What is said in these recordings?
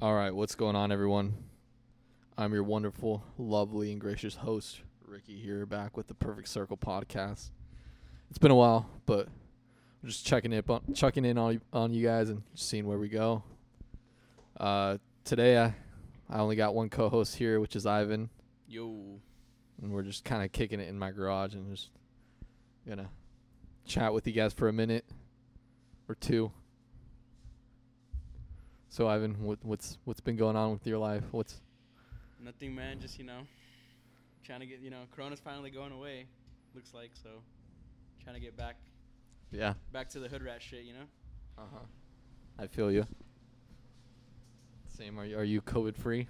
All right, what's going on, everyone? I'm your wonderful, lovely, and gracious host, Ricky, here back with the Perfect Circle podcast. It's been a while, but I'm just checking it on, checking in on you- on you guys and just seeing where we go. Uh, today, I I only got one co-host here, which is Ivan, Yo. and we're just kind of kicking it in my garage and just gonna chat with you guys for a minute or two. So, Ivan, what, what's what's been going on with your life? What's Nothing, man. Just, you know, trying to get, you know, Corona's finally going away, looks like. So, trying to get back Yeah. back to the hood rat shit, you know? Uh huh. I feel you. Same. Are you, are you COVID free?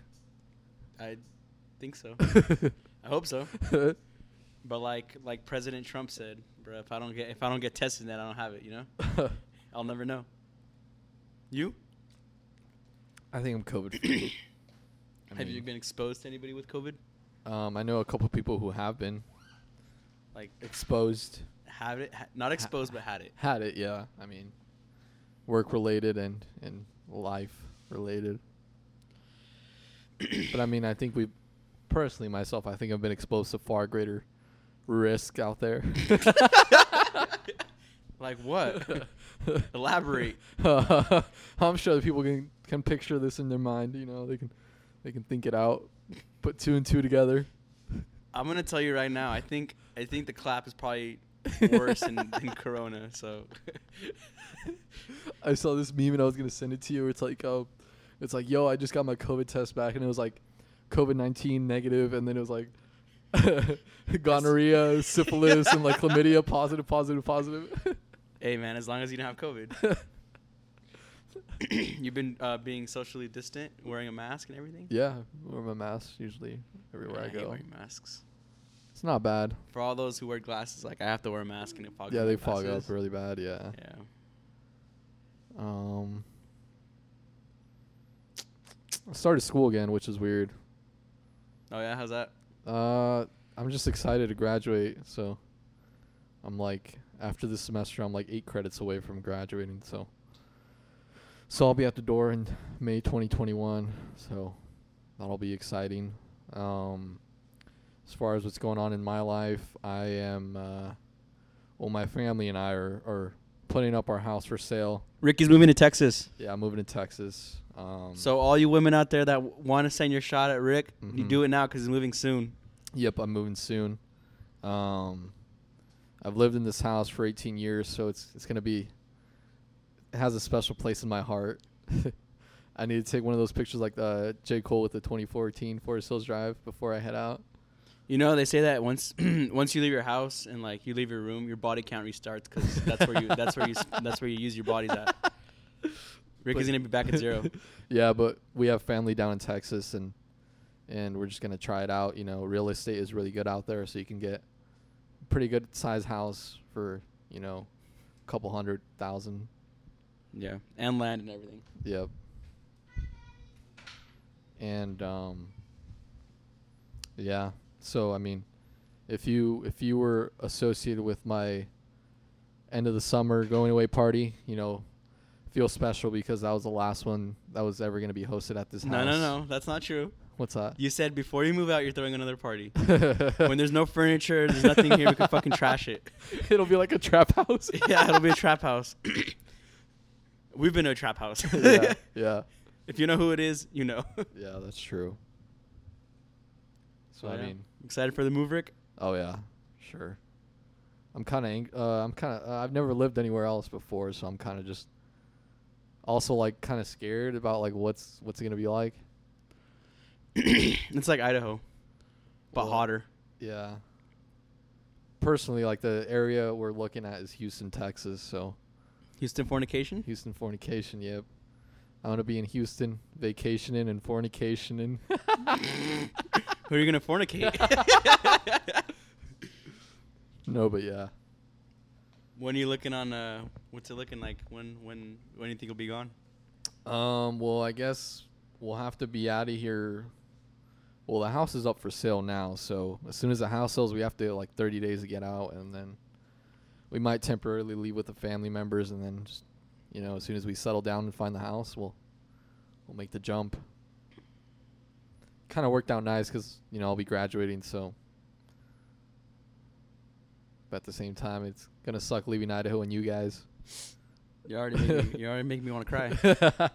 I think so. I hope so. But like like President Trump said, bro, if I don't get if I don't get tested, then I don't have it, you know? I'll never know. You? I think I'm COVID free. I have you mean, been exposed to anybody with COVID? Um, I know a couple people who have been Like exposed. have it ha- not exposed but had it. Had it, yeah. I mean, work related and and life related. but I mean, I think we, personally myself, I think I've been exposed to far greater risk out there. Like what? Elaborate. I'm sure that people can can picture this in their mind. You know, they can they can think it out, put two and two together. I'm gonna tell you right now. I think I think the clap is probably worse than, than Corona. So I saw this meme and I was gonna send it to you. Where it's like, oh, it's like, yo, I just got my COVID test back, and it was like, COVID nineteen negative, and then it was like, gonorrhea, syphilis, and like chlamydia positive, positive, positive. hey, man, as long as you don't have COVID, you've been uh, being socially distant, wearing a mask and everything. yeah, wear my mask usually everywhere Man, I hate go. wearing masks. It's not bad. For all those who wear glasses, like I have to wear a mask and it fogs. yeah, up my they fog up glasses. really bad. Yeah. Yeah. Um, I started school again, which is weird. Oh yeah, how's that? Uh, I'm just excited to graduate, so I'm like after this semester, I'm like eight credits away from graduating. So, so I'll be at the door in May 2021. So that'll be exciting. Um, as far as what's going on in my life, I am. Uh, well, my family and I are are putting up our house for sale. Ricky's moving to Texas. Yeah, I'm moving to Texas. Um, So all you women out there that w- want to send your shot at Rick, you Mhm. do it now because he's moving soon. Yep, I'm moving soon. Um, I've lived in this house for 18 years, so it's it's gonna be. It has a special place in my heart. I need to take one of those pictures like uh, J Cole with the 2014 Forest Hills Drive before I head out. You know they say that once once you leave your house and like you leave your room, your body count restarts because that's where you that's where you s- that's where you use your bodies at. Rick But- is gonna be back at zero. yeah, but we have family down in Texas, and and we're just gonna try it out. You know, real estate is really good out there, so you can get a pretty good size house for you know a couple hundred thousand. Yeah, and land and everything. Yep. And um yeah. So I mean, if you if you were associated with my end of the summer going away party, you know, feel special because that was the last one that was ever going to be hosted at this No, house. no, no, that's not true. What's that? You said before you move out, you're throwing another party. when there's no furniture, there's nothing here. We can fucking trash it. It'll be like a trap house. yeah, it'll be a trap house. We've been to a trap house. yeah. Yeah. If you know who it is, you know. Yeah, that's true. So I Yeah. mean, excited for the move, Rick. Oh yeah, sure. I'm kind of ang- uh, I'm kind of uh, I've never lived anywhere else before, so I'm kind of just also like kind of scared about like what's what's it gonna be like. It's like Idaho, but Well, hotter. Yeah. Personally, like the area we're looking at is Houston, Texas. So Houston fornication. Houston fornication. Yep. I want to be in Houston, vacationing and fornicationing. Who are you gonna fornicate? no, but yeah. when are you looking on? Uh, what's it looking like? When when when do you think it'll be gone? Um. Well, I guess we'll have to be out of here. Well, the house is up for sale now, so as soon as the house sells, we have to like 30 days to get out, and then we might temporarily leave with the family members, and then just you know, as soon as we settle down and find the house, we'll I'll make the jump. Kind of worked out nice because you know I'll be graduating, so. But at the same time, it's gonna suck leaving Idaho and you guys. You already make me, you already make me want to cry.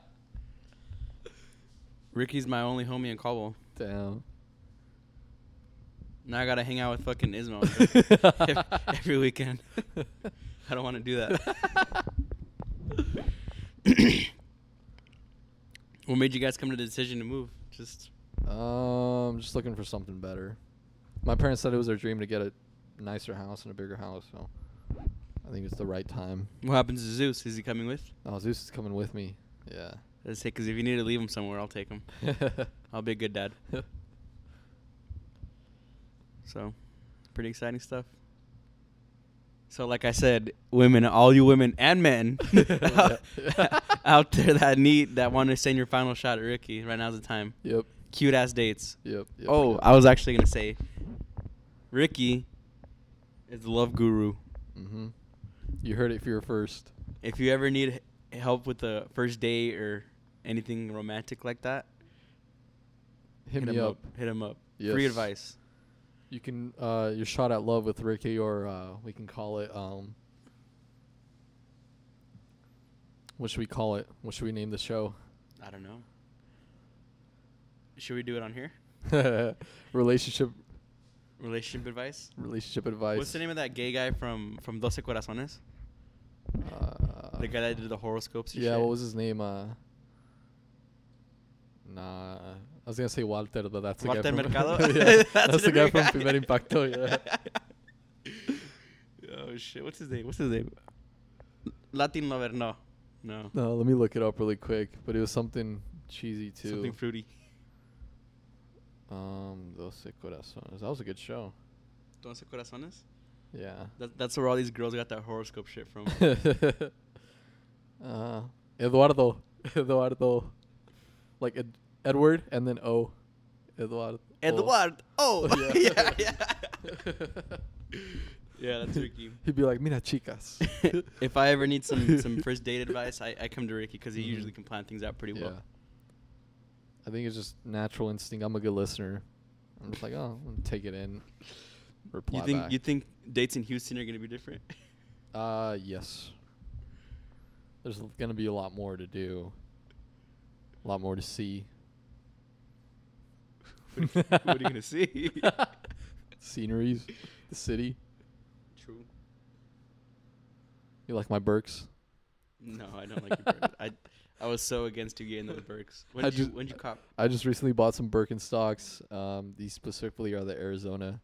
Ricky's my only homie in Caldwell. Damn. Now I gotta hang out with fucking Ismo every, every weekend. I don't want to do that. what made you guys come to the decision to move? Just Um, just looking for something better. My parents said it was their dream to get a nicer house and a bigger house, so I think it's the right time. what happens to Zeus? Is he coming with? Oh, Zeus is coming with me. Yeah. Let's say, because if you need to leave him somewhere, I'll take him. I'll be a good dad. So, pretty exciting stuff. So, like I said, women, all you women and men out, out there that need that want to send your final shot at Ricky, right now's the time. yep. Cute ass dates. Yep. yep Oh, I was actually gonna say, Ricky is the love guru. Mm-hmm. You heard it here first. If you ever need h- help with the first date or anything romantic like that, Hit, hit me him up. Hit him up. Free Yes. advice. You can uh, your shot at love with Ricky, or uh, we can call it. Um, what should we call it? What should we name the show? I don't know. Should we do it on here? relationship, Relationship advice. relationship advice. What's the name of that gay guy from from Doce Corazones? Uh, the guy that did the horoscopes. and Yeah, shit? what was his name? Uh, nah, I was gonna say Walter, but that's the guy Walter from Mercado. yeah, that's, the guy, another from Primer Impacto. Yeah. oh shit! What's his name? What's his name? Latin lover? No, no. No, let me look it up really quick. But it was something cheesy too. Something fruity. um, Doce Corazones. That was a good show. Doce Corazones. Yeah. That, that's where all these girls got that horoscope shit from. Oh. uh, Eduardo, Eduardo, like Ed- Edward, and then O, Eduardo. Eduard. Oh, Oh, yeah. yeah, yeah. yeah, that's Ricky. He'd be like, "Mira, chicas." if I ever need some some first date advice, I, I come to Ricky because he Mhm. usually can plan things out pretty yeah. well. I think it's just natural instinct. I'm a good listener. I'm just like, oh, I'm gonna take it in. Reply You think back. you think dates in Houston are gonna be different? uh, yes. There's l- gonna be a lot more to do. A lot more to see. what, are you, what are you gonna see? Sceneries, the city. True. You like my Burks? No, I don't like your Burks. I I was so against you getting those Burks. When I did you just- when did you cop? I just recently bought some Birkenstocks. Um, these specifically are the Arizona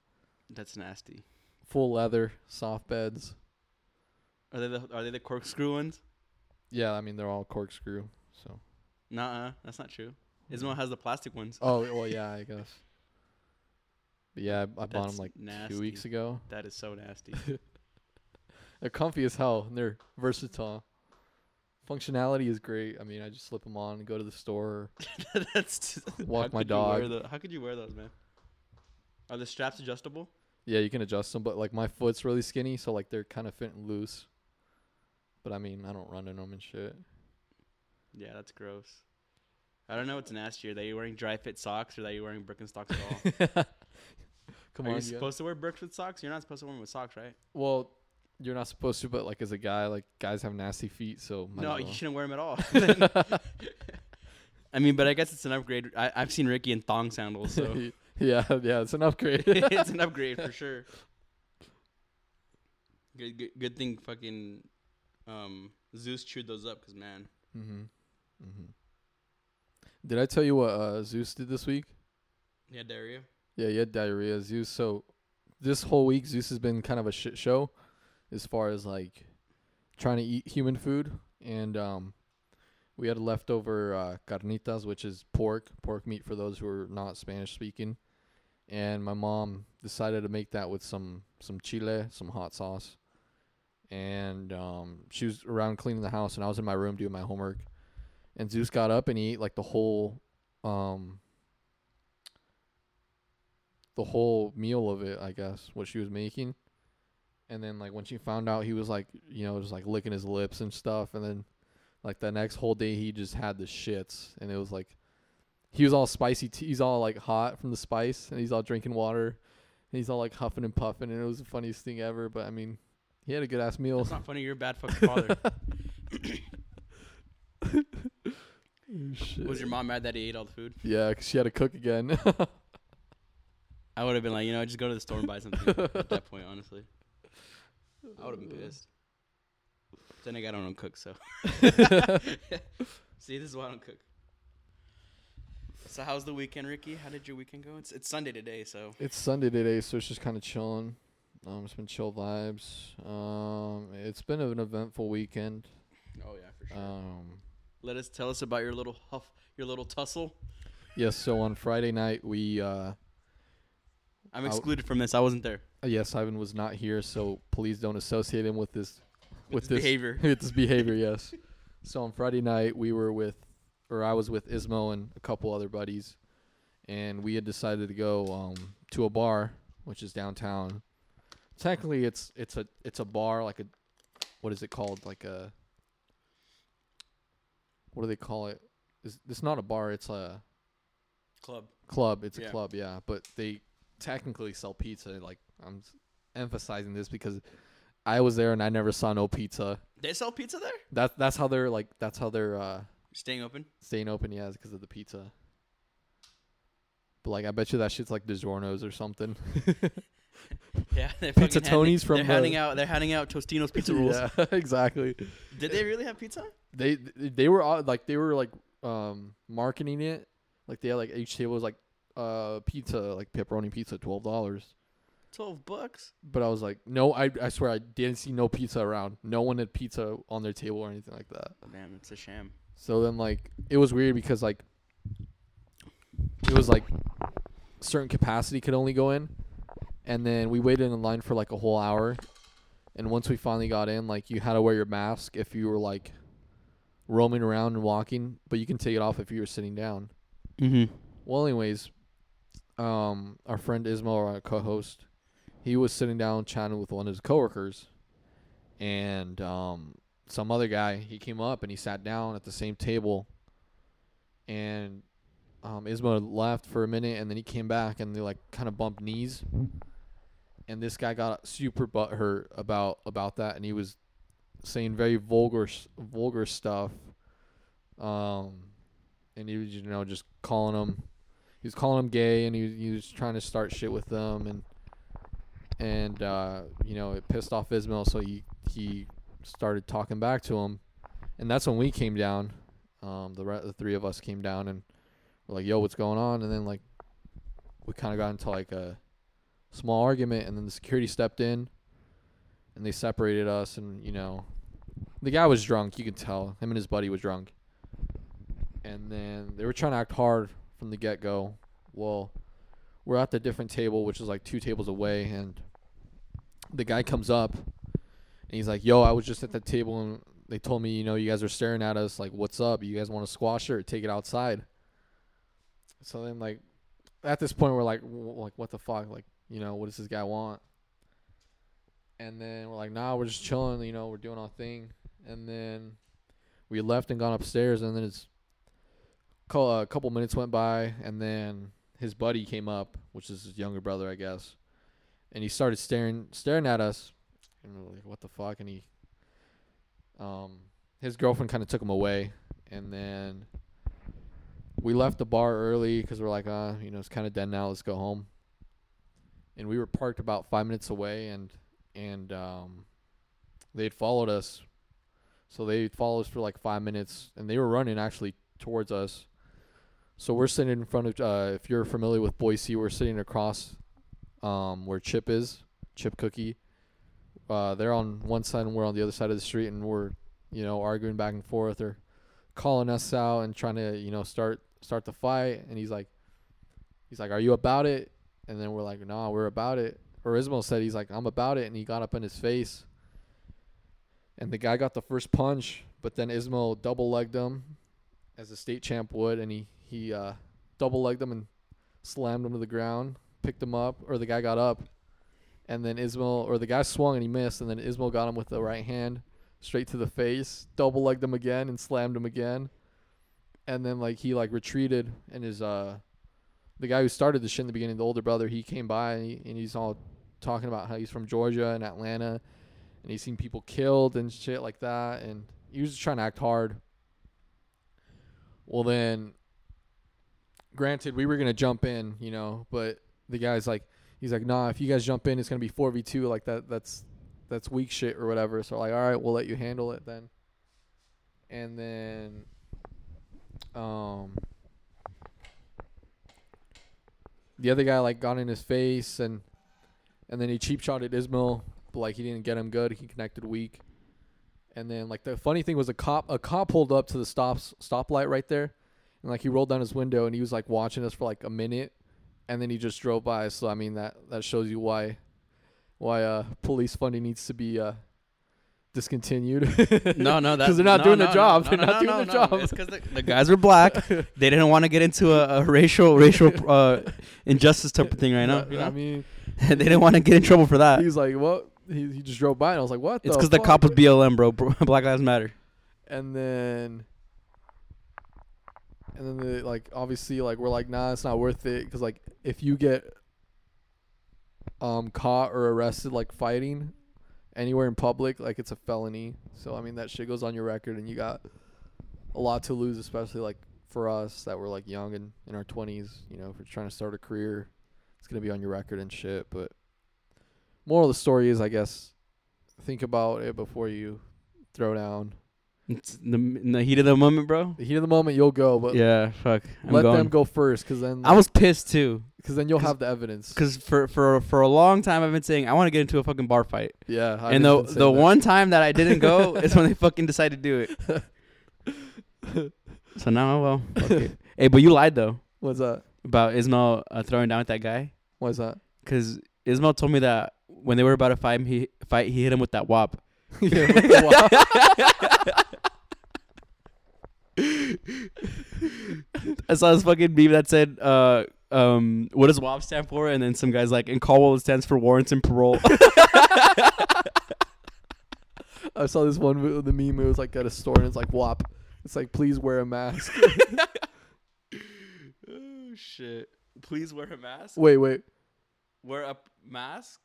That's nasty. full leather soft beds. Are they the are they the corkscrew ones? Yeah, I mean they're all corkscrew. So. Nuh-uh, that's not true. Ismo has the plastic ones. Oh well, yeah, I guess. But yeah, I, I bought them That's like nasty. two weeks ago. That is so nasty. They're comfy as hell and they're versatile. Functionality is great. I mean, I just slip them on and go to the store. that's just- Walk how my could you wear dog. tho- how could you wear those, man? Are the straps adjustable? Yeah, you can adjust them, but like my foot's really skinny, so like they're kind of fitting loose. But I mean, I don't run in them and shit. Yeah, that's gross. I don't know what's nastier. That you're wearing dry fit socks or that you're wearing Birkenstocks at all. Come Are on, yeah. you supposed to wear Birks with socks? You're not supposed to wear them with socks, right? well, you're not supposed to, but like as a guy, like guys have nasty feet, so might no, as you well. shouldn't wear them at all. I mean, but I guess it's an upgrade. I, I've seen Ricky in thong sandals, so yeah, yeah, it's an upgrade. it's an upgrade for sure. Good, good, good thing fucking um, Zeus chewed those up, cause man, Mm-hmm. Mm-hmm. Did I tell you what uh, Zeus did this week? yeah, diarrhea. Yeah, he had diarrhea, Zeus. So this whole week, Zeus has been kind of a shit show as far as like trying to eat human food. And um, we had leftover uh, carnitas, which is pork, pork meat for those who are not Spanish speaking. And my mom decided to make that with some some chile, some hot sauce. And um, she was around cleaning the house, and I was in my room doing my homework. And Zeus got up and he ate like the whole um, the whole meal of it, I guess, what she was making. And then like when she found out he was like, you know, just like licking his lips and stuff and then Like the next whole day, he just had the shits, and it was like he was all spicy. T- he's all like hot from the spice, and he's all drinking water, and he's all like huffing and puffing, and it was the funniest thing ever. But I mean, he had a good ass meal. It's not funny. You're a bad fucking father. Shit. Oh, Was your mom mad that he ate all the food? Yeah, 'cause she had to cook again. I would have been like, you know, just go to the store and buy something. at that point, honestly, I would have been pissed. Then I got don't cook, so. See, this is why I don't cook. So how's the weekend, Ricky? How did your weekend go? It's it's Sunday today, so It's Sunday today, so it's just kind of chilling. Um, it's been chill vibes. Um, it's been an eventful weekend. oh yeah, for sure. Um, Let us tell us about your little huff, your little tussle. yes. So on Friday night, we uh, I'm I'll- excluded from this. I wasn't there. yes, Ivan was not here, so please don't associate him with this, With his behavior. with this behavior. Yes. So on Friday night, we were with, or I was with Ismo and a couple other buddies, and we had decided to go um to a bar, which is downtown. Technically, it's it's a it's a bar like a, what is it called like a. What do they call it? It's, it's not a bar. It's a Club. club. It's Yeah. a club, yeah. But they technically sell pizza. Like I'm s- emphasizing this because I was there and I never saw no pizza. They sell pizza there. That that's how they're like that's how they're uh, Staying open. staying open, yeah, because of the pizza. But like I bet you that shit's like DiGiorno's or something. Yeah, they're Pizza fucking Tony's handing, from, They're uh, handing out. They're handing out Tostino's pizza rolls. yeah, exactly. Did they really have pizza? They they were all, like they were like um marketing it like they had like each table was like uh pizza like pepperoni pizza twelve dollars. Twelve bucks. but I was like, no, I I swear I didn't see no pizza around. No one had pizza on their table or anything like that. Damn, it's a sham. So then like it was weird because like it was like certain capacity could only go in, and then we waited in line for like a whole hour, and once we finally got in, like you had to wear your mask if you were like roaming around and walking, but you can take it off if you were sitting down. Mm-hmm. Well, anyways, um, our friend Ismail, our co-host, he was sitting down chatting with one of his coworkers, and um, some other guy he came up and he sat down at the same table, and um, Ismail left for a minute and then he came back and they like kind of bumped knees, and this guy got super butthurt about about that and he was saying very vulgar s- vulgar stuff, um, and he was you know just calling him he was calling him gay and he, was- he was trying to start shit with them and and uh, you know it pissed off Ismail so he he started talking back to him and that's when we came down um, the re- the three of us came down and were like yo what's going on and then like we kind of got into like a small argument and then the security stepped in and they separated us and you know the guy was drunk you could tell him and his buddy was drunk and then they were trying to act hard from the get go. Well, we're at the different table, which is like two tables away, and the guy comes up and he's like, "Yo, I was just at that table and they told me, you know, you guys are staring at us. Like, what's up? You guys want to squash it or take it outside?" So then, like, at this point, we're like, w- "Like, what the fuck? Like, you know, what does this guy want?" And then we're like, "Nah, we're just chilling. You know, we're doing our thing." And then we left and gone upstairs, and then it's cou- a couple minutes went by, and then his buddy came up, which is his younger brother, I guess, and he started staring staring at us, and we were like, "What the fuck?" And he, um, his girlfriend kind of took him away, and then we left the bar early because we're like, "Uh, you know, it's kind of dead now. Let's go home." And we were parked about five minutes away, and and um, they had followed us, so they followed us for like five minutes, and they were running actually towards us. So we're sitting in front of. Uh, if you're familiar with Boise, we're sitting across um, where Chip is, Chip Cookie. Uh, they're on one side and we're on the other side of the street, and we're you know arguing back and forth or calling us out and trying to you know start start the fight. And he's like, he's like, "Are you about it?" And then we're like, "Nah, we're about it." Or Ismail said he's like, "I'm about it," and he got up in his face. And the guy got the first punch, but then Ismail double legged him as a state champ would, and he he uh, double legged him and slammed him to the ground, picked him up, or the guy got up, and then Ismail or the guy swung and he missed, and then Ismail got him with the right hand, straight to the face, double legged him again and slammed him again. And then like he like retreated and his uh the guy who started the shit in the beginning, the older brother, he came by and, he, and he's all talking about how he's from Georgia and Atlanta and he's seen people killed and shit like that and he was just trying to act hard. Well then granted we were gonna jump in, you know, but the guy's like he's like, nah, if you guys jump in it's gonna be four V two, like that that's that's weak shit or whatever. So like, all right, we'll let you handle it then. And then, um, the other guy like got in his face and and then he cheap shotted Ismail, but like he didn't get him good. He connected weak. And then like the funny thing was a cop a cop pulled up to the stops stoplight right there, and like he rolled down his window and he was like watching us for like a minute, and then he just drove by. So I mean that that shows you why why uh, police funding needs to be uh, discontinued. No, no, that's because they're not no, doing no, their job. No, they're no, not no, doing their no, no. job. It's because the, the guys were black. they didn't want to get into a, a racial racial uh, injustice type of thing right now. But, You I know? mean, they didn't want to get in trouble for that. he's like, "What?" He, he just drove by, and I was like, "What?" It's because because the cop was BLM, bro. Bro, Black Lives Matter. And then, and then the like obviously like we're like, "Nah, it's not worth it," because like if you get um caught or arrested like fighting anywhere in public, like it's a felony. So I mean that shit goes on your record, and you got a lot to lose, especially like for us that were like young and in our twenties. You know, if you're trying to start a career, it's gonna be on your record and shit. But moral of the story is, I guess, think about it before you throw down. It's in the, in the heat of the moment, bro. The heat of the moment, you'll go, but Yeah, fuck. I'm let going. them go first, because then I was pissed too, because then you'll 'cause- have the evidence. cause for for for a long time I've been saying I want to get into a fucking bar fight, Yeah, I just been and the the saying that. one time that I didn't go is when they fucking decided to do it. so now, well, fuck it. hey, but you lied though what's that? about Ismail uh, throwing down at that guy, Why's that? cause Ismail told me that when they were about to fight him, he fight he hit him with that wop. Yeah, with the wa- I saw this fucking meme that said, uh, um, "What does WAP stand for?" And then some guys like, "In Caldwell, it stands for warrants and parole." I saw this one wi- the meme. It was like at a store, and it's like WAP. It's like please wear a mask. oh shit! Please wear a mask. wait, wait, Wear a mask.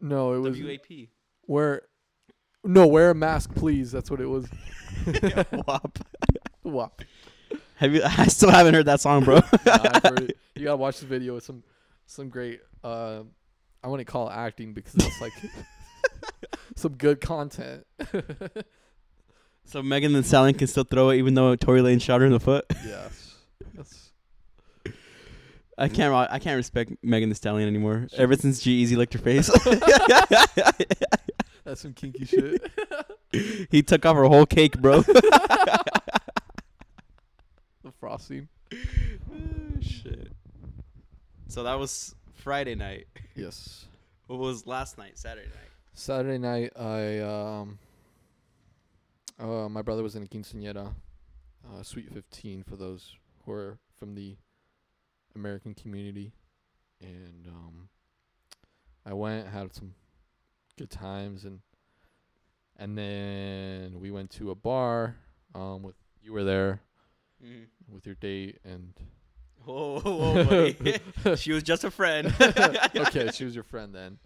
no, it was WAP. wear. No, wear a mask, please. That's what it was. WAP. WAP. Have you? I still haven't heard that song, bro. Nah, I've heard it. you gotta watch the video. It's some some great. Uh, I wouldn't call it acting because it's like some good content. so Megan and Stallion can still throw it, even though Tory Lane shot her in the foot. Yes. That's, I can't. ro- I can't respect Megan the Stallion anymore. Ever since G Easy licked her face, that's some kinky shit. he took off her whole cake, bro. The frosting. Shit. So that was Friday night. Yes. What was last night? Saturday night. Saturday night, I um, uh, my brother was in a quinceañera, uh, Sweet 15 for those who are from the American community, and um, I went had some good times and and then we went to a bar um with you were there with your date and Mm-hmm. Whoa, whoa, whoa, Oh, buddy. she was just a friend. okay, she was your friend then.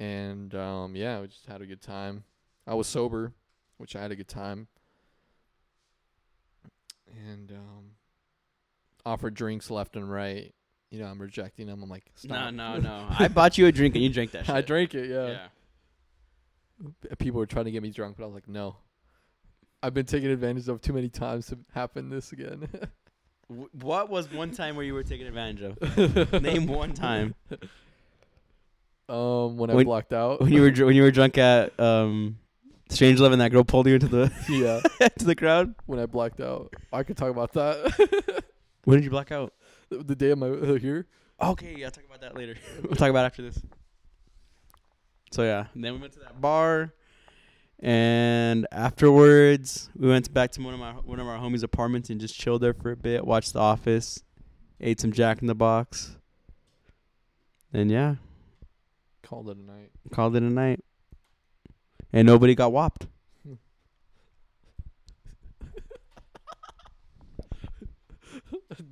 And um, yeah, we just had a good time. I was sober, which I had a good time. And um, offered drinks left and right. You know, I'm rejecting them. I'm like, no, stop. no, no. I bought you a drink and you drank that shit. I drank it. Yeah. Yeah. P- People were trying to get me drunk, but I was like, no. I've been taken advantage of too many times to happen this again. Wh- What was one time where you were taken advantage of? Name one time um, when, I When- blocked out. when you were dr- when you were drunk at um, Strange Love and that girl pulled you into the yeah, to the crowd. when I blacked out. I could talk about that. When did you black out? the the day of my uh, here. Okay, I'll talk about that later. we'll talk about it after this. So yeah, and then we went to that bar, and afterwards we went back to one of my one of our homies' apartments and just chilled there for a bit, watched The Office, ate some Jack in the Box, and yeah, Called it a night. called it a night. And nobody got whopped.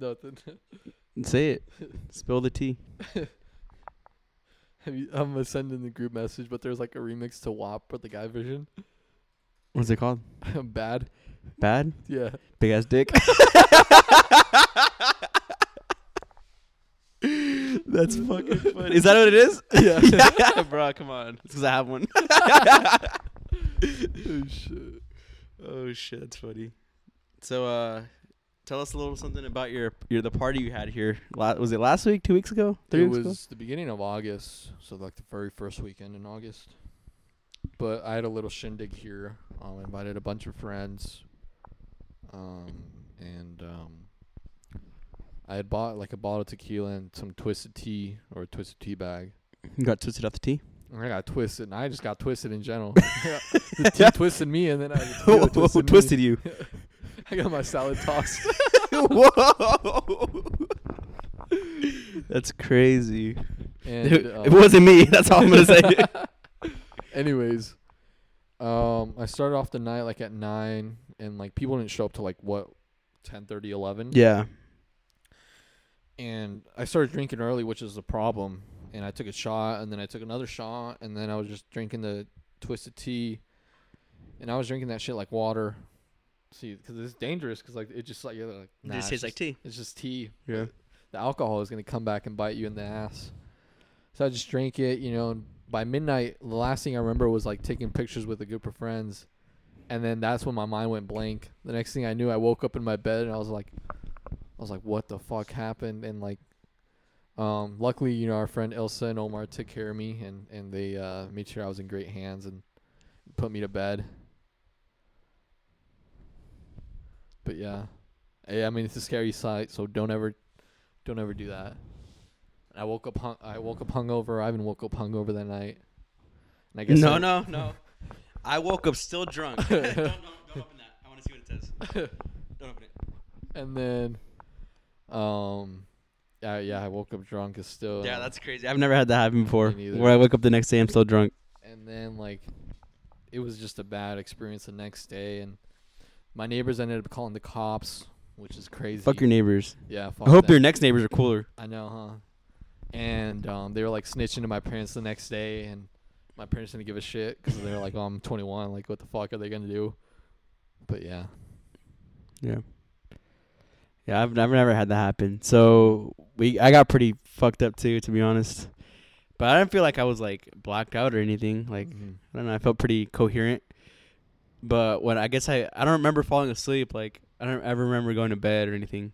Nothing. Say it. Spill the tea. Have you, I'm gonna send in the group message, but there's like a remix to WAP for the guy vision. What's it called? Bad. Bad? Yeah. Big ass dick. That's fucking funny. Is that what it is? Yeah. yeah bro, come on. Because I have one. Oh, shit. Oh shit, that's funny. So, uh, tell us a little something about your your the party you had here. La- was it last week? Two weeks ago? Three It weeks ago? was the beginning of August, so like the very first weekend in August. But I had a little shindig here. Um, invited a bunch of friends. Um, and um, I had bought like a bottle of tequila and some twisted tea or a twisted tea bag. You got twisted off the tea. And I got twisted, and I just got twisted in general. the tea twisted me, and then I the tequila Who twisted, me. twisted you? I got my salad tossed. Whoa! That's crazy. and it um, wasn't me. That's all I'm gonna say. anyways, um, I started off the night like at nine, and like people didn't show up till like what, 10, 11. yeah. And I started drinking early, which is a problem. And I took a shot, and then I took another shot, and then I was just drinking the twisted tea, and I was drinking that shit like water. See, because it's dangerous, because like it just like you're like nah, it's just- tea. It's just tea. Yeah. The alcohol is going to come back and bite you in the ass. So I just drank it, you know, and by midnight, the last thing I remember was like taking pictures with a group of friends. And then that's when my mind went blank. The next thing I knew, I woke up in my bed and I was like, I was like, what the fuck happened? And like, um, luckily, you know, our friend Ilsa and Omar took care of me and, and they uh, made sure I was in great hands and put me to bed. But yeah, yeah, I mean, it's a scary sight, so don't ever don't ever do that. I woke up hung. I woke up hungover. I even woke up hungover that night. And I No, I- no, no. I woke up still drunk. don't, don't, don't open that. I want to see what it says. Don't open it. And then, um, yeah, yeah, I woke up drunk as still. Yeah, and- that's crazy. I've never had that happen before. Me neither. Where I wake up the next day, I'm still drunk. and then like, it was just a bad experience the next day, and my neighbors ended up calling the cops, which is crazy. Fuck your neighbors. yeah. Fuck I hope them. your next neighbors are cooler. I know, huh? And um, they were like snitching to my parents the next day, and my parents didn't give a shit because they were like, "Oh, I'm 21. Like, what the fuck are they gonna do?" But yeah, Yeah. Yeah, I've never never had that happen. So we, I got pretty fucked up too, to be honest. But I didn't feel like I was like blacked out or anything. Like Mhm. I don't know, I felt pretty coherent. But when I guess I, I don't remember falling asleep. Like I don't ever remember going to bed or anything.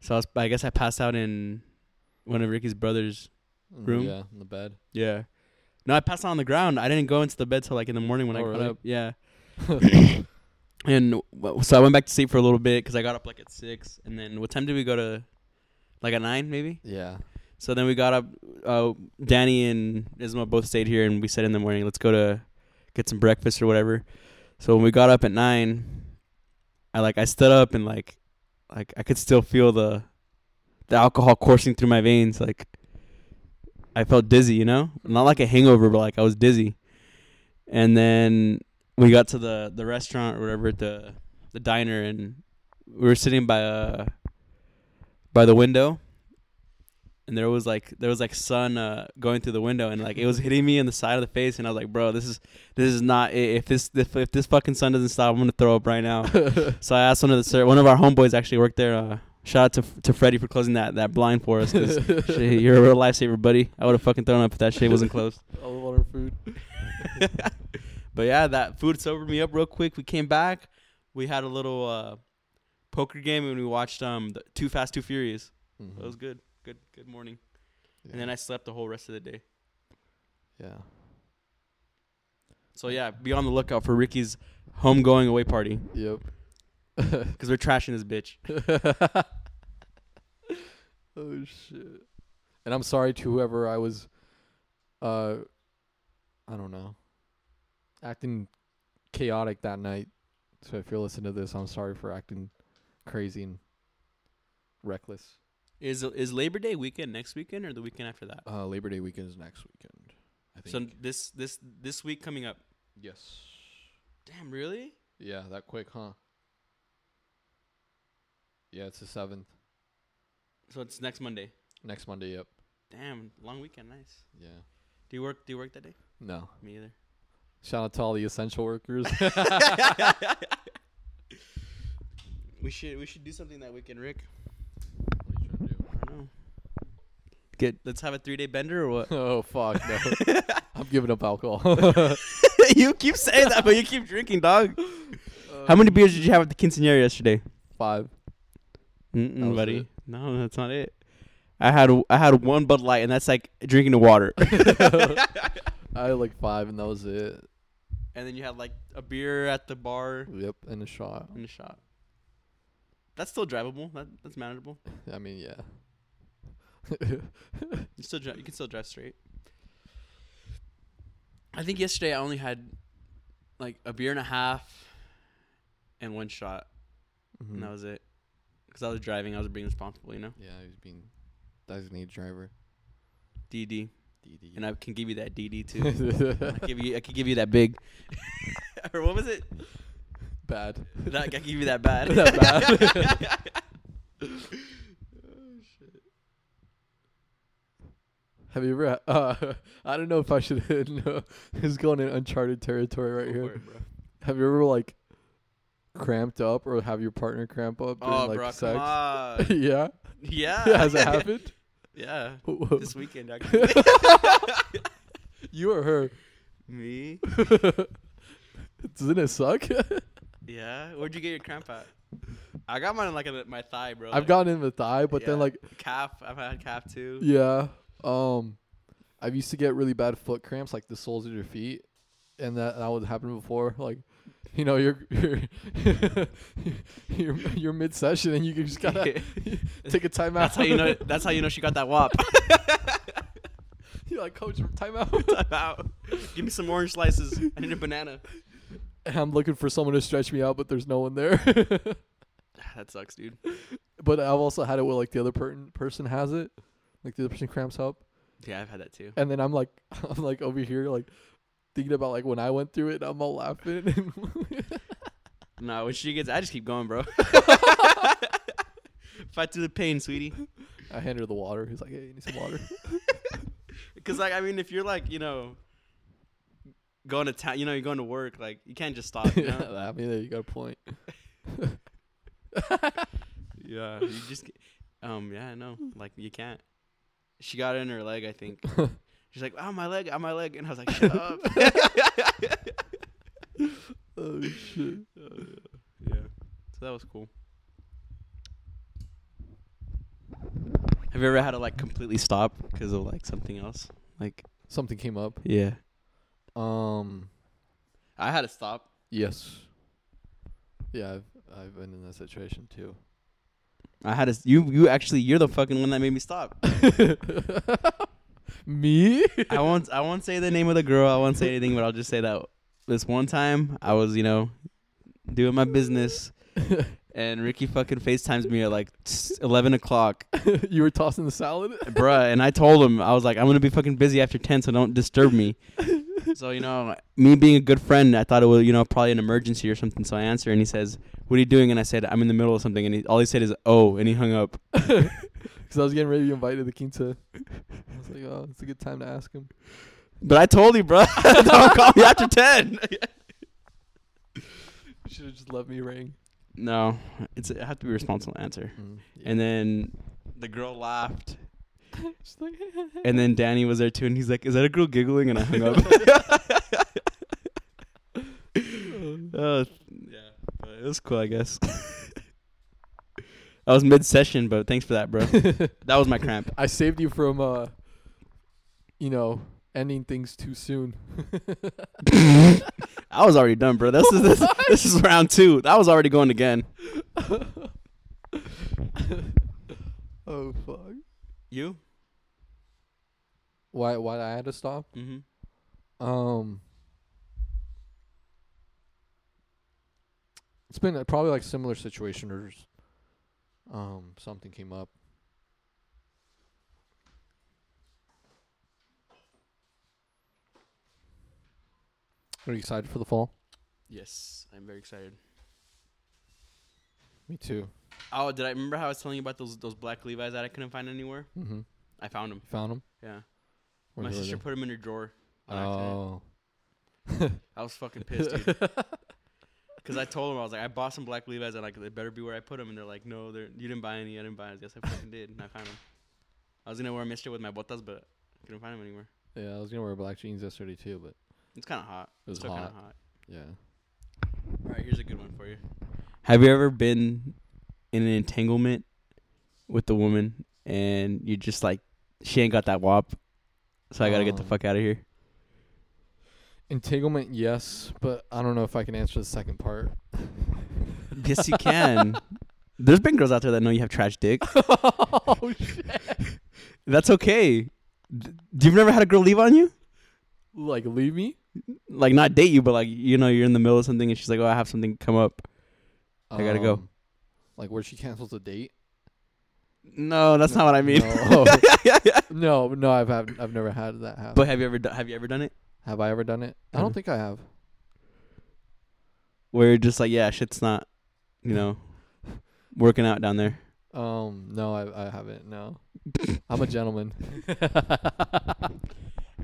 So I, was, I guess I passed out in one of Ricky's brothers' Mm, Room? yeah, in the bed. Yeah. No, I passed out on the ground. I didn't go into the bed till like in the morning when I Oh, got really? up. Yeah. and w- so I went back to sleep for a little bit because I got up like at six. And then what time did we go to? Like at nine maybe. Yeah, So then we got up. Uh, Danny and Isma both stayed here, and we said in the morning, let's go to get some breakfast or whatever. So when we got up at nine, I like I stood up and like like I could still feel the the alcohol coursing through my veins. Like I felt dizzy, you know, not like a hangover, but like I was dizzy. And then we got to the the restaurant or whatever at the the diner, and we were sitting by uh by the window. And there was like there was like sun uh, going through the window, and like it was hitting me in the side of the face, and I was like, "Bro, this is this is not it. if this if, if this fucking sun doesn't stop, I'm gonna throw up right now." so I asked one of the ser- one of our homeboys actually worked there. Uh, shout out to to Freddie for closing that that blind for us. 'cause shit, you're a real lifesaver, buddy. I would have fucking thrown up if that shit wasn't closed. all the water food. But yeah, that food sobered me up real quick. We came back, we had a little uh, poker game, and we watched um the Too Fast, Too Furious. Mm-hmm. That was good. Good good morning. And then I slept the whole rest of the day. yeah, So yeah, be on the lookout for Ricky's home going away party yep. because we're trashing this bitch. oh shit! And I'm sorry to whoever I was. Uh, I don't know. Acting chaotic that night. So if you're listening to this, I'm sorry for acting crazy and reckless. Is is Labor Day weekend next weekend or the weekend after that? Uh, Labor Day weekend is next weekend. I think. So this this this week coming up. yes. Damn, really? Yeah, that quick, huh? Yeah, it's the seventh. So it's next Monday. Next Monday, yep. Damn, long weekend, nice. Yeah. Do you work? Do you work that day? No. Me either. Shout out to all the essential workers. we should we should do something that weekend, Rick. What are you trying to do? I don't know. Get let's have a three day bender or what? Oh fuck no. I'm giving up alcohol. you keep saying that, but you keep drinking, dog. How many beers did you have at the quinceanera yesterday? Five. That Mm-mm, was buddy. it. No, that's not it. I had I had one Bud Light, and that's like drinking water. I had like five and that was it. and then you had like a beer at the bar Yep, and a shot. and a shot. That's still drivable. That, that's manageable. I mean, yeah. You still dri- you can still drive straight. I think yesterday I only had like a beer and a half and one shot, and that Mm. was it. Because I was driving, I was being responsible, you know. Mm-hmm. Yeah, he was being designated driver. DD, DD. and I can give you that DD too. I give you, I could give you that big. or what was it? bad. That I could give you that bad. That Have you ever? Uh, I don't know if I should. no, this is going in uncharted territory right Go for here. it, bro. Have you ever like cramped up or have your partner cramp up during Oh, like bro, come sex? on. yeah. Yeah. Has it happened? Yeah. Who- who- This weekend, actually. you or her? Me? Doesn't it suck? Yeah. Where'd you get your cramp at? I got mine in like a, my thigh, bro. I've like, gotten in the thigh, but then yeah. like calf. I've had calf too. Yeah. Um, I used to get really bad foot cramps, like the soles of your feet, and that that would happen before. Like, you know, you're you're you're, you're mid session, and you just gotta take a timeout. That's how you know. That's how you know she got that wop. you're like, coach, timeout. Time out. Give me some orange slices. I need a banana. and I'm looking for someone to stretch me out, but there's no one there. That sucks, dude. but I've also had it where like the other per- person has it, like the other person cramps up, Yeah, I've had that too. and then I'm like, I'm like over here like. Thinking about like when I went through it, and I'm all laughing. No, when she gets, I just keep going, bro. Fight through the pain, sweetie. I hand her the water. He's like, "Hey, you need some water." Because like, I mean, if you're like, you know, going to town, you know, you're going to work, like, you can't just stop. You know? I mean, you got a point. Yeah, you just, g- um, yeah, I know. Like, you can't. She got it in her leg, I think. She's like, "Oh, my leg, oh, my leg," and I was like, "Shut up." Oh shit! yeah. So that was cool. Have you ever had to like completely stop because of like something else? Like, Something came up. yeah, Um. I had to stop. Yes. Yeah, I've I've been in that situation too. I had to. s- You, you actually, you're the fucking one that made me stop. Me? I won't, I won't say the name of the girl. I won't say anything, but I'll just say that this one time I was, you know, doing my business, and Ricky fucking Facetimes me at like eleven o'clock, you were tossing the salad. bruh. And I told him, I was like, I'm gonna be fucking busy after ten, so don't disturb me. so you know, me being a good friend, I thought it was you know probably an emergency or something. So I answer, and he says, "What are you doing?" And I said, "I'm in the middle of something." And he, all he said is, "Oh," and he hung up. Because I was getting ready to invite to the quinta. I was like, oh, it's a good time to ask him. But I told you, bruh, don't call me after ten. You should have just let me ring. no, it's I have to be a responsible answer. And then the girl laughed, She's like, and then Danny was there too, and he's like, "Is that a girl giggling?" And I hung up. Oh yeah, but it was cool, I guess. I was mid session, but thanks for that, bro. that was my cramp. I saved you from, uh, you know, ending things too soon. I was already done, bro. This is this, this is round two. That was already going again. Oh fuck! You? Why? Why I had to stop? Mm-hmm. Um, it's been uh, probably like similar situation or just, um something came up. Are you excited for the fall? Yes, I'm very excited. Me too. Oh, did I remember how I was telling you about those those black Levi's that I couldn't find anywhere? Mm-hmm. I found them. Found them. Yeah. My sister put them in her drawer. on accident. Oh. I was fucking pissed, dude. Because I told them I was like, I bought some black Levi's and like they better be where I put them, and they're like, no, they're you didn't buy any, I didn't buy. 'em." Yes, I fucking did, and I found them. I was gonna wear a mixture with my botas, but I couldn't find them anywhere. yeah, I was gonna wear black jeans yesterday too, but It's kind of hot. it was Still kind hot. of hot. Yeah. All right, here's a good one for you. Have you ever been in an entanglement with a woman and you just like she ain't got that wop, so I gotta get the Um, fuck out of here? Entanglement, yes, but I don't know if I can answer the second part. Yes, you can. There's been girls out there that know you have trash dick. oh shit! That's okay. D- You've never had a girl leave on you? Like leave me? Like not date you, but like you know you're in the middle of something and she's like, "Oh, I have something come up." I gotta go. Um, Like where she cancels the date? No, that's not what I mean. No, no, no, I've had, I've never had that happen. But have you ever do- have you ever done it have I ever done it? I Mhm. don't think I have. where you're just like, "Yeah, shit's not, you know, working out down there." Um, no, I I haven't. No, I'm a gentleman.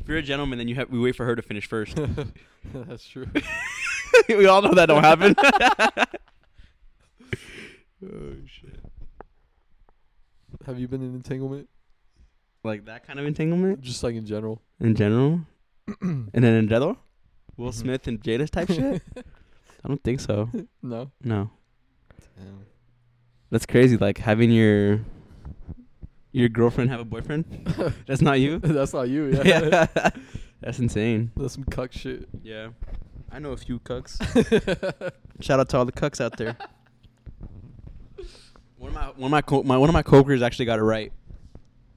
If you're a gentleman, then you have we wait for her to finish first. That's true. we all know that don't happen. oh shit! Have you been in entanglement? Like that kind of entanglement Just like in general. in general, and then in general, Will Mhm. Smith and Jada's type shit. I don't think so. No. No, that's crazy. Like having your your girlfriend have a boyfriend. That's not you. That's not you. Yeah. yeah, that's insane. That's some cuck shit. Yeah, I know a few cucks. Shout out to all the cucks out there. One of my one of my, co- my one of my coworkers actually got it right.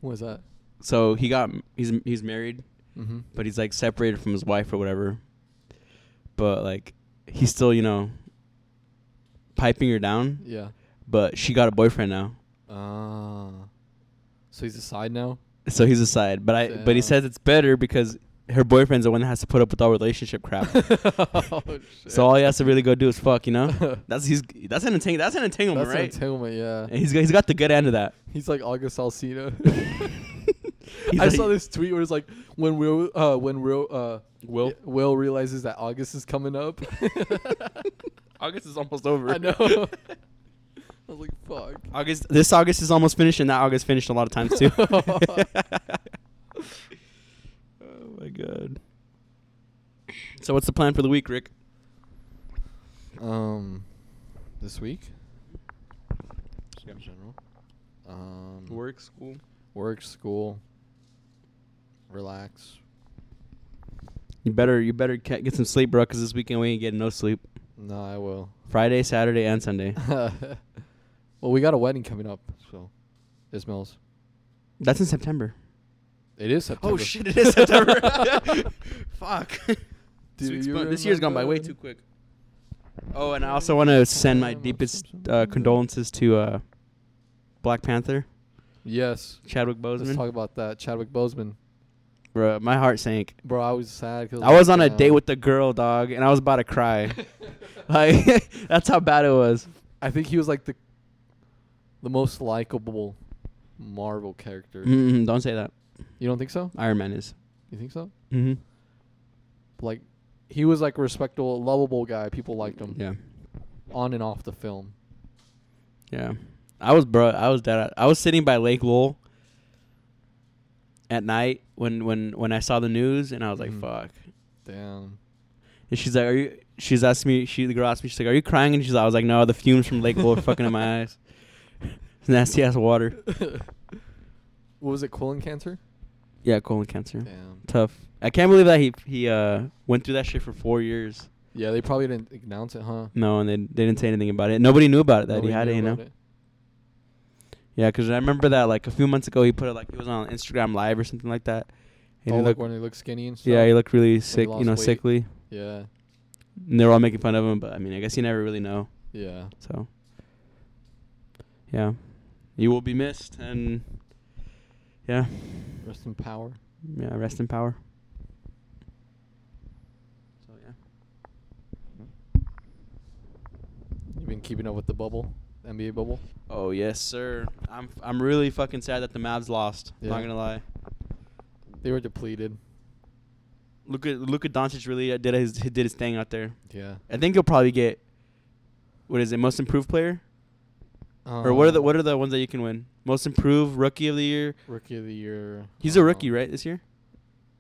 What is that? So he got he's he's married, Mm-hmm. but he's like separated from his wife or whatever. But like he's still you know piping her down, Yeah. but she got a boyfriend now, Ah. So he's aside now. so he's aside. But I but he Damn. says it's better because her boyfriend's the one that has to put up with all relationship crap. oh, shit. so all he has to really go do is fuck, you know. That's he's that's an entang- that's an entanglement, That's right? entanglement. Yeah. and he's got- he's got the good end of that. He's like August Alsina. He's I like- saw this tweet where it's like when Will uh, when Will uh, Will. yeah, Will realizes that August is coming up. August is almost over. I know. I was like, fuck. August. This August is almost finished, and that August finished a lot of times too. oh my god. So what's the plan for the week, Rick? Um, this week. In general. Um, Work, school. work, school. Relax. You better you better ca- get some sleep, bro, because this weekend we ain't getting no sleep. No, I will. Friday, Saturday, and Sunday. well, we got a wedding coming up, so Ismail's. That's in September. It is September. Oh shit! It is September. Fuck. Do This week's you gone- this year's gone by way remember? too quick. Oh, and I also want to send my deepest uh, condolences to uh, Black Panther, Yes. Chadwick Let's Boseman. talk about that. Chadwick Boseman. Bro, my heart sank. Bro, I was sad. Cause I was on a damn. date with the girl, dog, and I was about to cry. like that's how bad it was. I think he was like the the most likable Marvel character. Mm-mm, Mm-hmm, don't say that. You don't think so? Iron Man is. You think so? Mm-hmm. Like he was like a respectable, lovable guy. People liked him Yeah, on and off the film. yeah. I was bro. I was dead. I was sitting by Lake Lowell at night when when when I saw the news, and I was like, Mhm. "Fuck." Damn. And she's like, "Are you?" She's asked me. She the girl asked me. She's like, "Are you crying?" And she's. I was like, "No, the fumes from Lake Lowell are fucking in my eyes. It's nasty ass water. What was it? Colon cancer. Yeah, colon cancer. Damn. Tough. I can't believe that he he uh went through that shit for four years. Yeah, they probably didn't announce it, huh? No, and they, they didn't say anything about it. Nobody knew about it that Nobody he had knew it. You know. about it. Yeah, because I remember that like a few months ago he put it like he was on Instagram Live or something like that. And oh, he like looked, when they look skinny and stuff. yeah, he looked really sick. You lost know, weight. sickly. yeah, And they were all making fun of him, but I mean, I guess you never really know. yeah. So, yeah, you will be missed, and yeah, Rest in power. yeah, rest in power. So yeah, You've been keeping up with the bubble. NBA bubble. Oh yes, sir. I'm I'm really fucking sad that the Mavs lost. I'm Yeah. Not gonna lie. They were depleted. Look at Luka Doncic really did his he did his thing out there. Yeah. I think he'll probably get what is it? Most improved player? or what are the Um, what are the ones that you can win? Most improved rookie of the year. rookie of the year? He's a rookie, um, right? This year?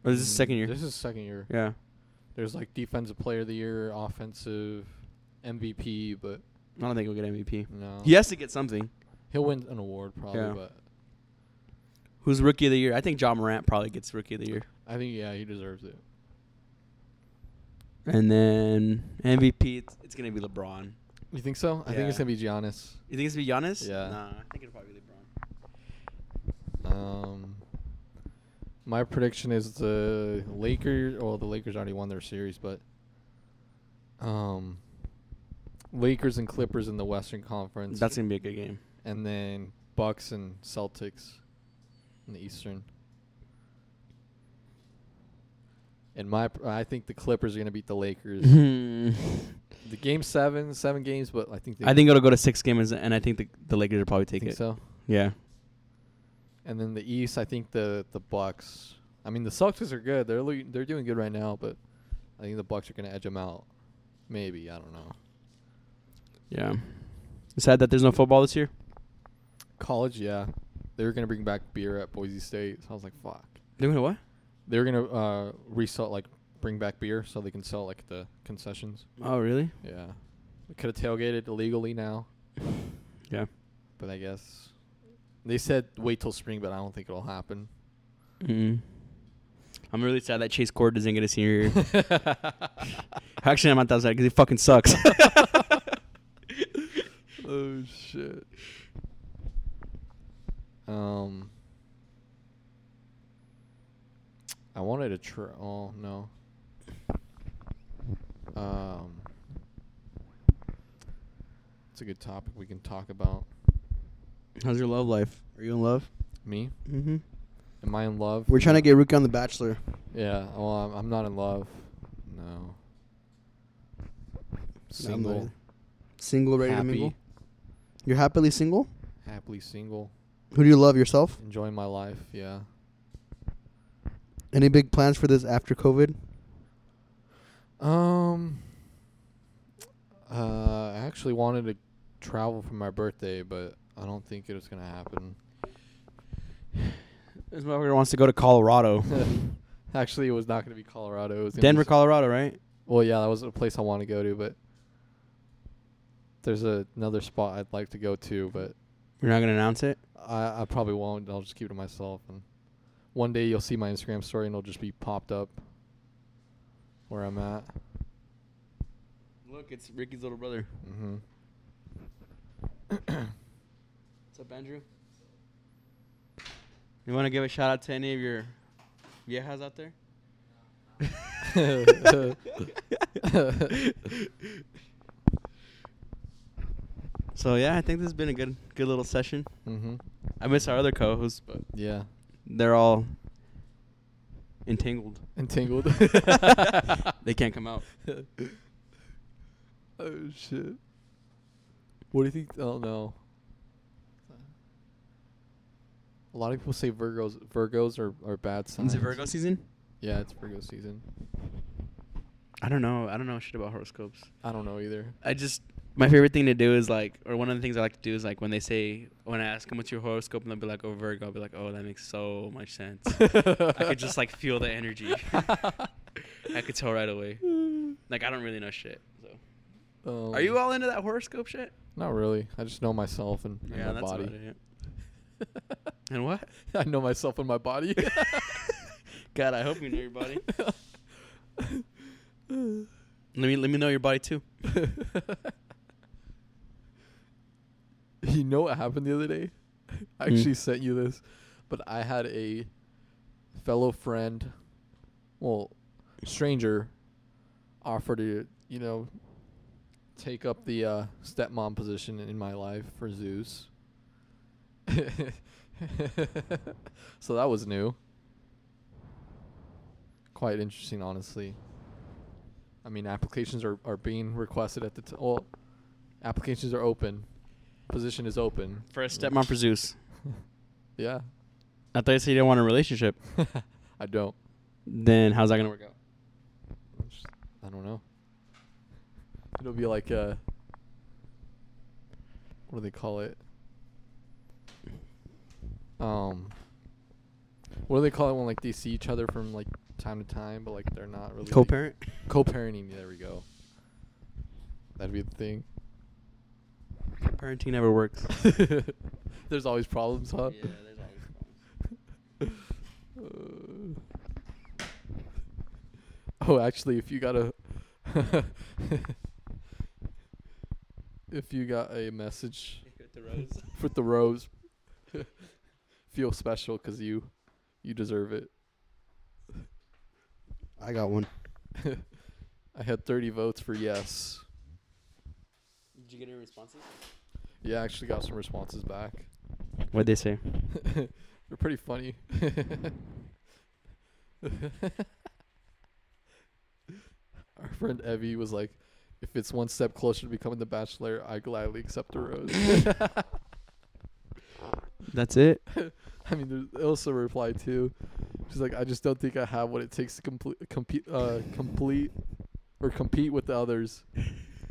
Or is this his mm, second year? This is second year. Yeah. There's like defensive player of the year, offensive, MVP, but I don't think he'll get MVP. no. He has to get something. He'll win an award probably, Yeah. but Who's rookie of the year? I think John Morant probably gets rookie of the year. I think yeah, he deserves it. And then MVP, it's, it's gonna be LeBron. You think so? I think it's Yeah. gonna be Giannis. You think it's gonna be Giannis? Yeah. Nah, I think it'll probably be LeBron. Um, my prediction is the Lakers. Well, the Lakers already won their series, but um, Lakers and Clippers in the Western Conference, That's gonna be a good game. and then Bucks and Celtics in the Eastern. And my, pr- I think the Clippers are gonna beat the Lakers. Mm-hmm. the game seven, seven games, but I think they I think it'll go to six games, and I think the, the Lakers will probably take think it. so. Yeah. And then the East, I think the the Bucks. I mean, the Celtics are good. They're loo- they're doing good right now, but I think the Bucks are gonna edge them out. Maybe I don't know. Yeah. Sad that there's no football this year. College, yeah, they were gonna bring back beer at Boise State. So I was like, fuck. They're gonna what? They were gonna uh, resell like bring back beer so they can sell like the concessions. Oh, really? Yeah, we could have tailgated illegally now, Yeah. but I guess they said wait till spring, but I don't think it'll happen. mm I'm really sad that Chase Cord doesn't get a senior year. Actually, I'm not that sad because he fucking sucks. oh shit. Um, I wanted a tr. Oh no. Um, it's a good topic we can talk about. How's your love life? Are you in love? Me? Mm-hmm. Am I in love? We're trying to No. get Rookie on The Bachelor. Yeah. Well, I'm, I'm not in love. No. Single. either. Single, ready to happy. mingle. You're happily single. Happily single. Who do you love? Yourself? Enjoying my life. Yeah. Any big plans for this after COVID? Um, uh, I actually wanted to travel for my birthday, but I don't think it was gonna happen. this motherfucker wants to go to Colorado. actually, it was not gonna be Colorado. It was gonna be Denver, s- Colorado, right? well, yeah, that was a place I want to go to, but there's a, another spot I'd like to go to, but You're not gonna announce it. I, I probably won't. I'll just keep it to myself. And one day you'll see my Instagram story, and it'll just be popped up where I'm at. Look, it's Ricky's little brother. Mm-hmm. What's up, Andrew? You want to give a shout out to any of your viejas out there? so yeah, I think this has been a good, good little session. mm-hmm. I miss our other co-hosts, but Yeah. they're all entangled. Entangled. They can't come out. oh shit. What do you think? Oh no. A lot of people say Virgos Virgos are, are bad signs. Is it Virgo season? Yeah, it's Virgo season. I don't know. I don't know shit about horoscopes. I don't know either. Uh, I just my favorite thing to do is like, or one of the things I like to do is like when they say when I ask them what's your horoscope and they'll be like, oh Virgo, I'll be like, oh that makes so much sense. I could just like feel the energy. I could tell right away. Like I don't really know shit. So. Um, Are you all into that horoscope shit? Not really. I just know myself and, and my body. it. and what? I know myself and my body. God, I hope you know your body. let me let me know your body too. you know what happened the other day? I Hmm. actually sent you this, but I had a fellow friend, well, stranger, offer to you know take up the uh, stepmom position in my life for Zeus. so that was new. Quite interesting, honestly. I mean, applications are, are being requested at the t- well, applications are open. position is open. First stepmom for Zeus. Yeah, I thought you said you didn't want a relationship. I don't. Then how's that gonna work out? I don't know. It'll be like uh what do they call it? Um what do they call it when like they see each other from like time to time but like they're not really like- Co-parent. co-parenting, there we go. That'd be the thing. Parenting never works. there's always problems, huh? Yeah, there's always problems. oh, actually, if you got a if you got a message the rose. with the rose, feel special 'cause you you deserve it. I got one. I had 30 votes for yes. Did you get any responses? Yeah, I actually got some responses back. What'd they say? They're pretty funny. Our friend Evie was like, if it's one step closer to becoming the bachelor, I gladly accept a rose. That's it. I mean, there's Elsa replied too. She's like, I just don't think I have what it takes to complete, compete, uh, complete, or compete with the others.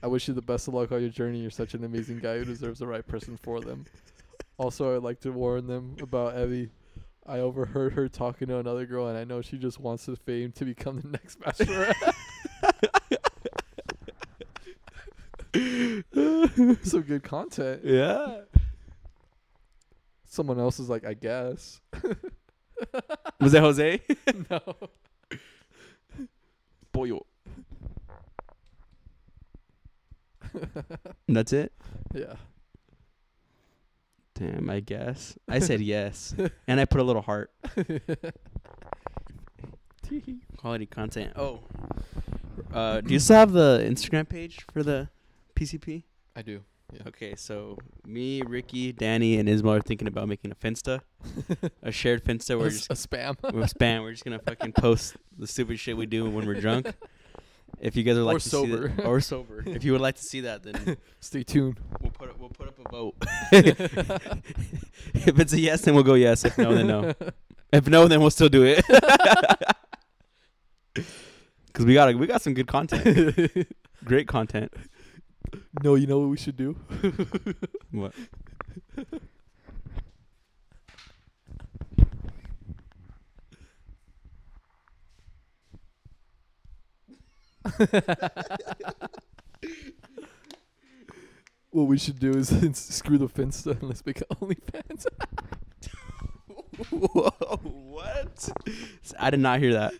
I wish you the best of luck on your journey. You're such an amazing guy who deserves the right person for them. Also, I'd like to warn them about Evie. I overheard her talking to another girl, and I know she just wants the fame to become the next bachelorette. Some good content. Yeah. Someone else is like, I guess. Was that Jose? no. Boyo. That's it. Yeah. Damn, I guess. I said yes. And I put a little heart. Quality content. Oh. Uh, do you still have the Instagram page for the PCP? I do. Okay, so me, Ricky, Danny, and Ismail are thinking about making a Finsta, a shared Finsta a, where we're s- just a spam. we're spam. We're just gonna fucking post the stupid shit we do when we're drunk. If you guys would like Or to see that- sober. or sober, if you would like to see that, then Stay tuned. we'll put up, we'll put up a vote. if it's a yes, then we'll go yes. If no, then no. If no, then we'll still do it. Cause we got we got some good content, great content. No, you know what we should do? What? What we should do is screw the Finsta and let's make OnlyFans. Whoa, what? I did not hear that.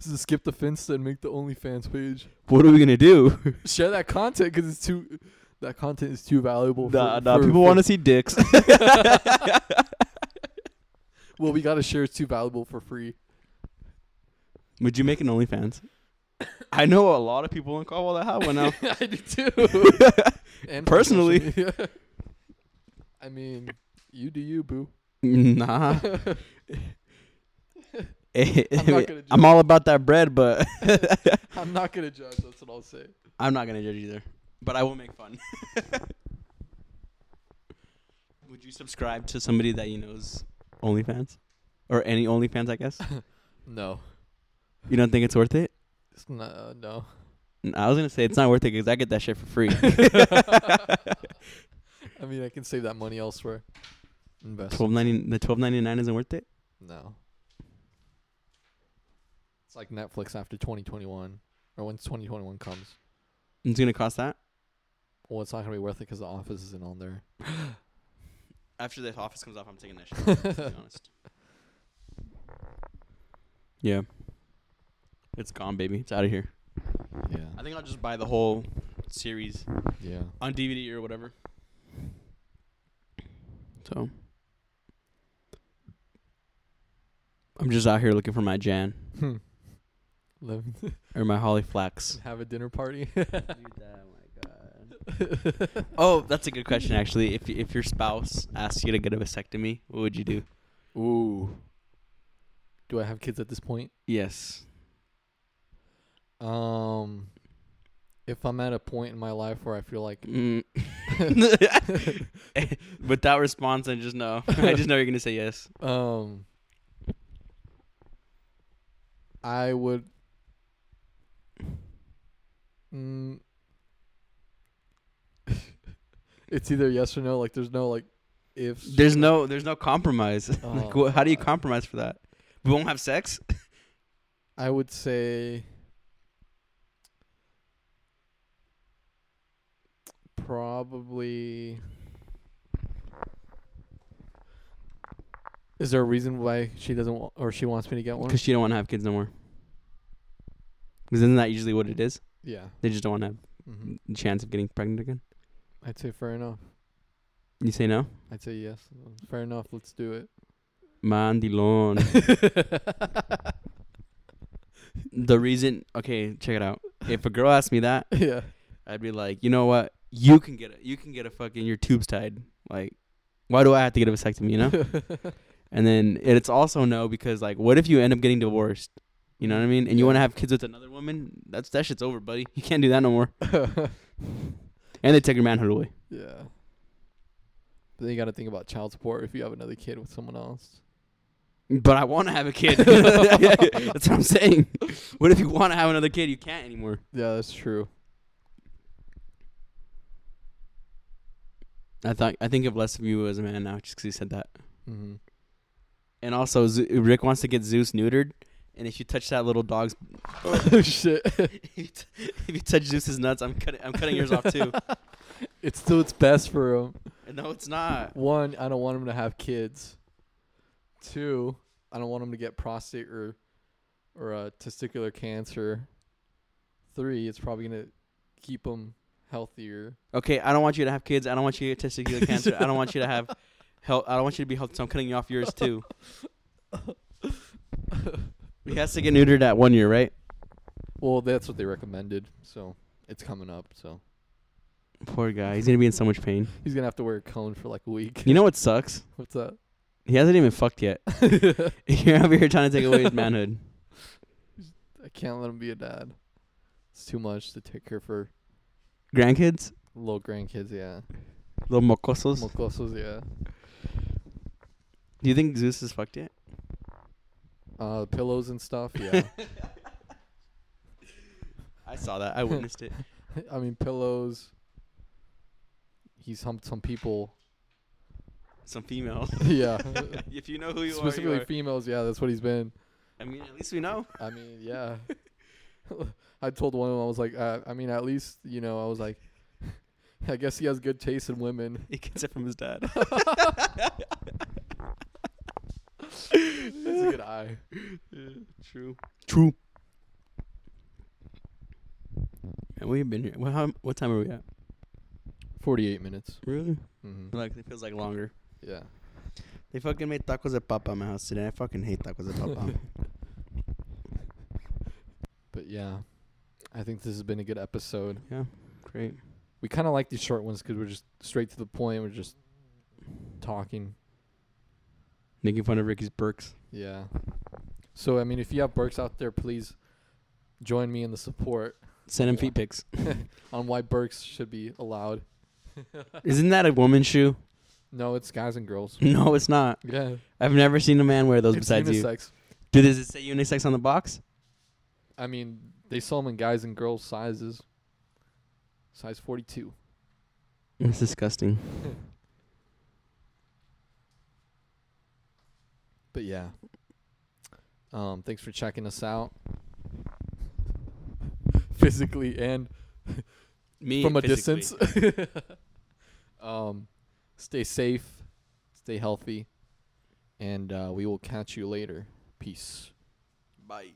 So skip the Finsta and make the OnlyFans page. What are we gonna do? Share that content because it's too. That content is too valuable. Nah, for, nah, for- people for- want to see dicks. Well, we gotta share. It's too valuable for free. Would you make an OnlyFans? I know a lot of people in Caldwell that have one now. I do too. and for social Personally. media. I mean, you do you, boo. nah. Eh, I'm not gonna I'm judge. all about that bread, but I'm not gonna judge. That's what I'll say. I'm not gonna judge either. But I will make fun. Would you subscribe to somebody that you know's OnlyFans, or any OnlyFans? I guess No, you don't think it's worth it. it's not. Uh, no. N- I was gonna say it's not worth it because I get that shit for free. I mean, I can save that money elsewhere. Invest. twelve ninety, the twelve ninety nine isn't worth it. No. It's like Netflix after 2021, or when 2021 comes. It's gonna cost that. Well, it's not gonna be worth it because The Office isn't on there. After the office comes off, I'm taking that shit. to be honest. Yeah. It's gone, baby. It's out of here. I Yeah. think I'll just buy the whole series Yeah. on DVD or whatever. So. I'm just out here looking for my Jan Hmm. Live or my Holly Flax. have a dinner party. Oh, that's a good question actually. If if your spouse asks you to get a vasectomy, what would you do? Ooh. Do I have kids at this point? Yes. Um. if I'm at a point in my life where I feel like Mm. Without response, I just know. I just know you're gonna say yes. um I would mm, It's either yes or no, like there's no like ifs. There's no, there's no compromise. like, Oh, wh- how do you God. compromise for that? We won't have sex. I would say probably. Is there a reason why she doesn't wa- or she wants me to get one? Because she don't want to have kids no more. Because isn't that usually what it is? Yeah, They just don't want to have hmm the chance of getting pregnant again. I'd say fair enough. You say no? I'd say yes. Fair enough. Let's do it. Mandilon. the reason, okay, check it out. If a girl asked me that, yeah. I'd be like, you know what? You can get it. You can get a fucking your tubes tied. Like, why do I have to get a vasectomy? You know. and then it's also no because like, what if you end up getting divorced? You know what I mean? And you Yeah. want to have kids with another woman? That's that shit's over, buddy. You can't do that no more. And they take your manhood away. yeah. But then you got to think about child support if you have another kid with someone else. But I want to have a kid. That's what I'm saying. What if you want to have another kid? You can't anymore. Yeah, that's true. I thought I think of less of you as a man now just 'cause you said that. Mm-hmm. And also, Ze- Rick wants to get Zeus neutered. And if you touch that little dog's, oh shit! if you t- if you touch Zeus's nuts, I'm cutting. I'm cutting yours off too. It's still its best for him. No, it's not. One, I don't want him to have kids. Two, I don't want him to get prostate or or uh, testicular cancer. Three, it's probably gonna keep him healthier. Okay, I don't want you to have kids. I don't want you to get testicular cancer. I don't want you to have health. I don't want you to be healthy. So I'm cutting you off yours too. He has to get neutered at one year, right? Well, that's what they recommended, so it's coming up. So Poor guy. He's gonna be in so much pain. he's gonna have to wear a cone for like a week. You know what sucks? What's that? He hasn't even fucked yet. You're over here trying to take away his manhood. I can't let him be a dad. It's too much to take care for Grandkids, little grandkids. Yeah, little mocosos. mocosos. Yeah. Do you think Zeus is fucked yet? Uh, pillows and stuff. Yeah. I saw that. I witnessed it. I mean, pillows. He's humped some people. Some female. yeah. if you know who you Specifically are, you are. females. Yeah, that's what he's been. I mean, at least we know. I mean, yeah. I told one of them, I was like, uh, I mean, at least, you know, I was like, I guess he has good taste in women. He gets it from his dad. He's a good eye. True. True. And we've been here. What, how, what time are we at? 48 minutes. Really? hmm Like it feels like longer. Yeah. They fucking made tacos de papa at my house today. I fucking hate tacos de papa. But yeah, I think this has been a good episode. yeah, great. We kind of like these short ones because we're just straight to the point. We're just talking. Making fun of Ricky's Burks. Yeah. So I mean, if you have Burks out there, please join me in the support Send him Yeah. feet pics. on why Burks should be allowed. Isn't that a woman's shoe? No, it's guys and girls. No, it's not. Yeah. I've never seen a man wear those It's besides you. unisex. Dude, does it say unisex on the box? I mean, they sell them in guys and girls sizes. Size 42. It's disgusting. But yeah. Um, thanks for checking us out. Physically and Me from a physically. distance. um, stay safe, stay healthy, and uh, we will catch you later. Peace. Bye.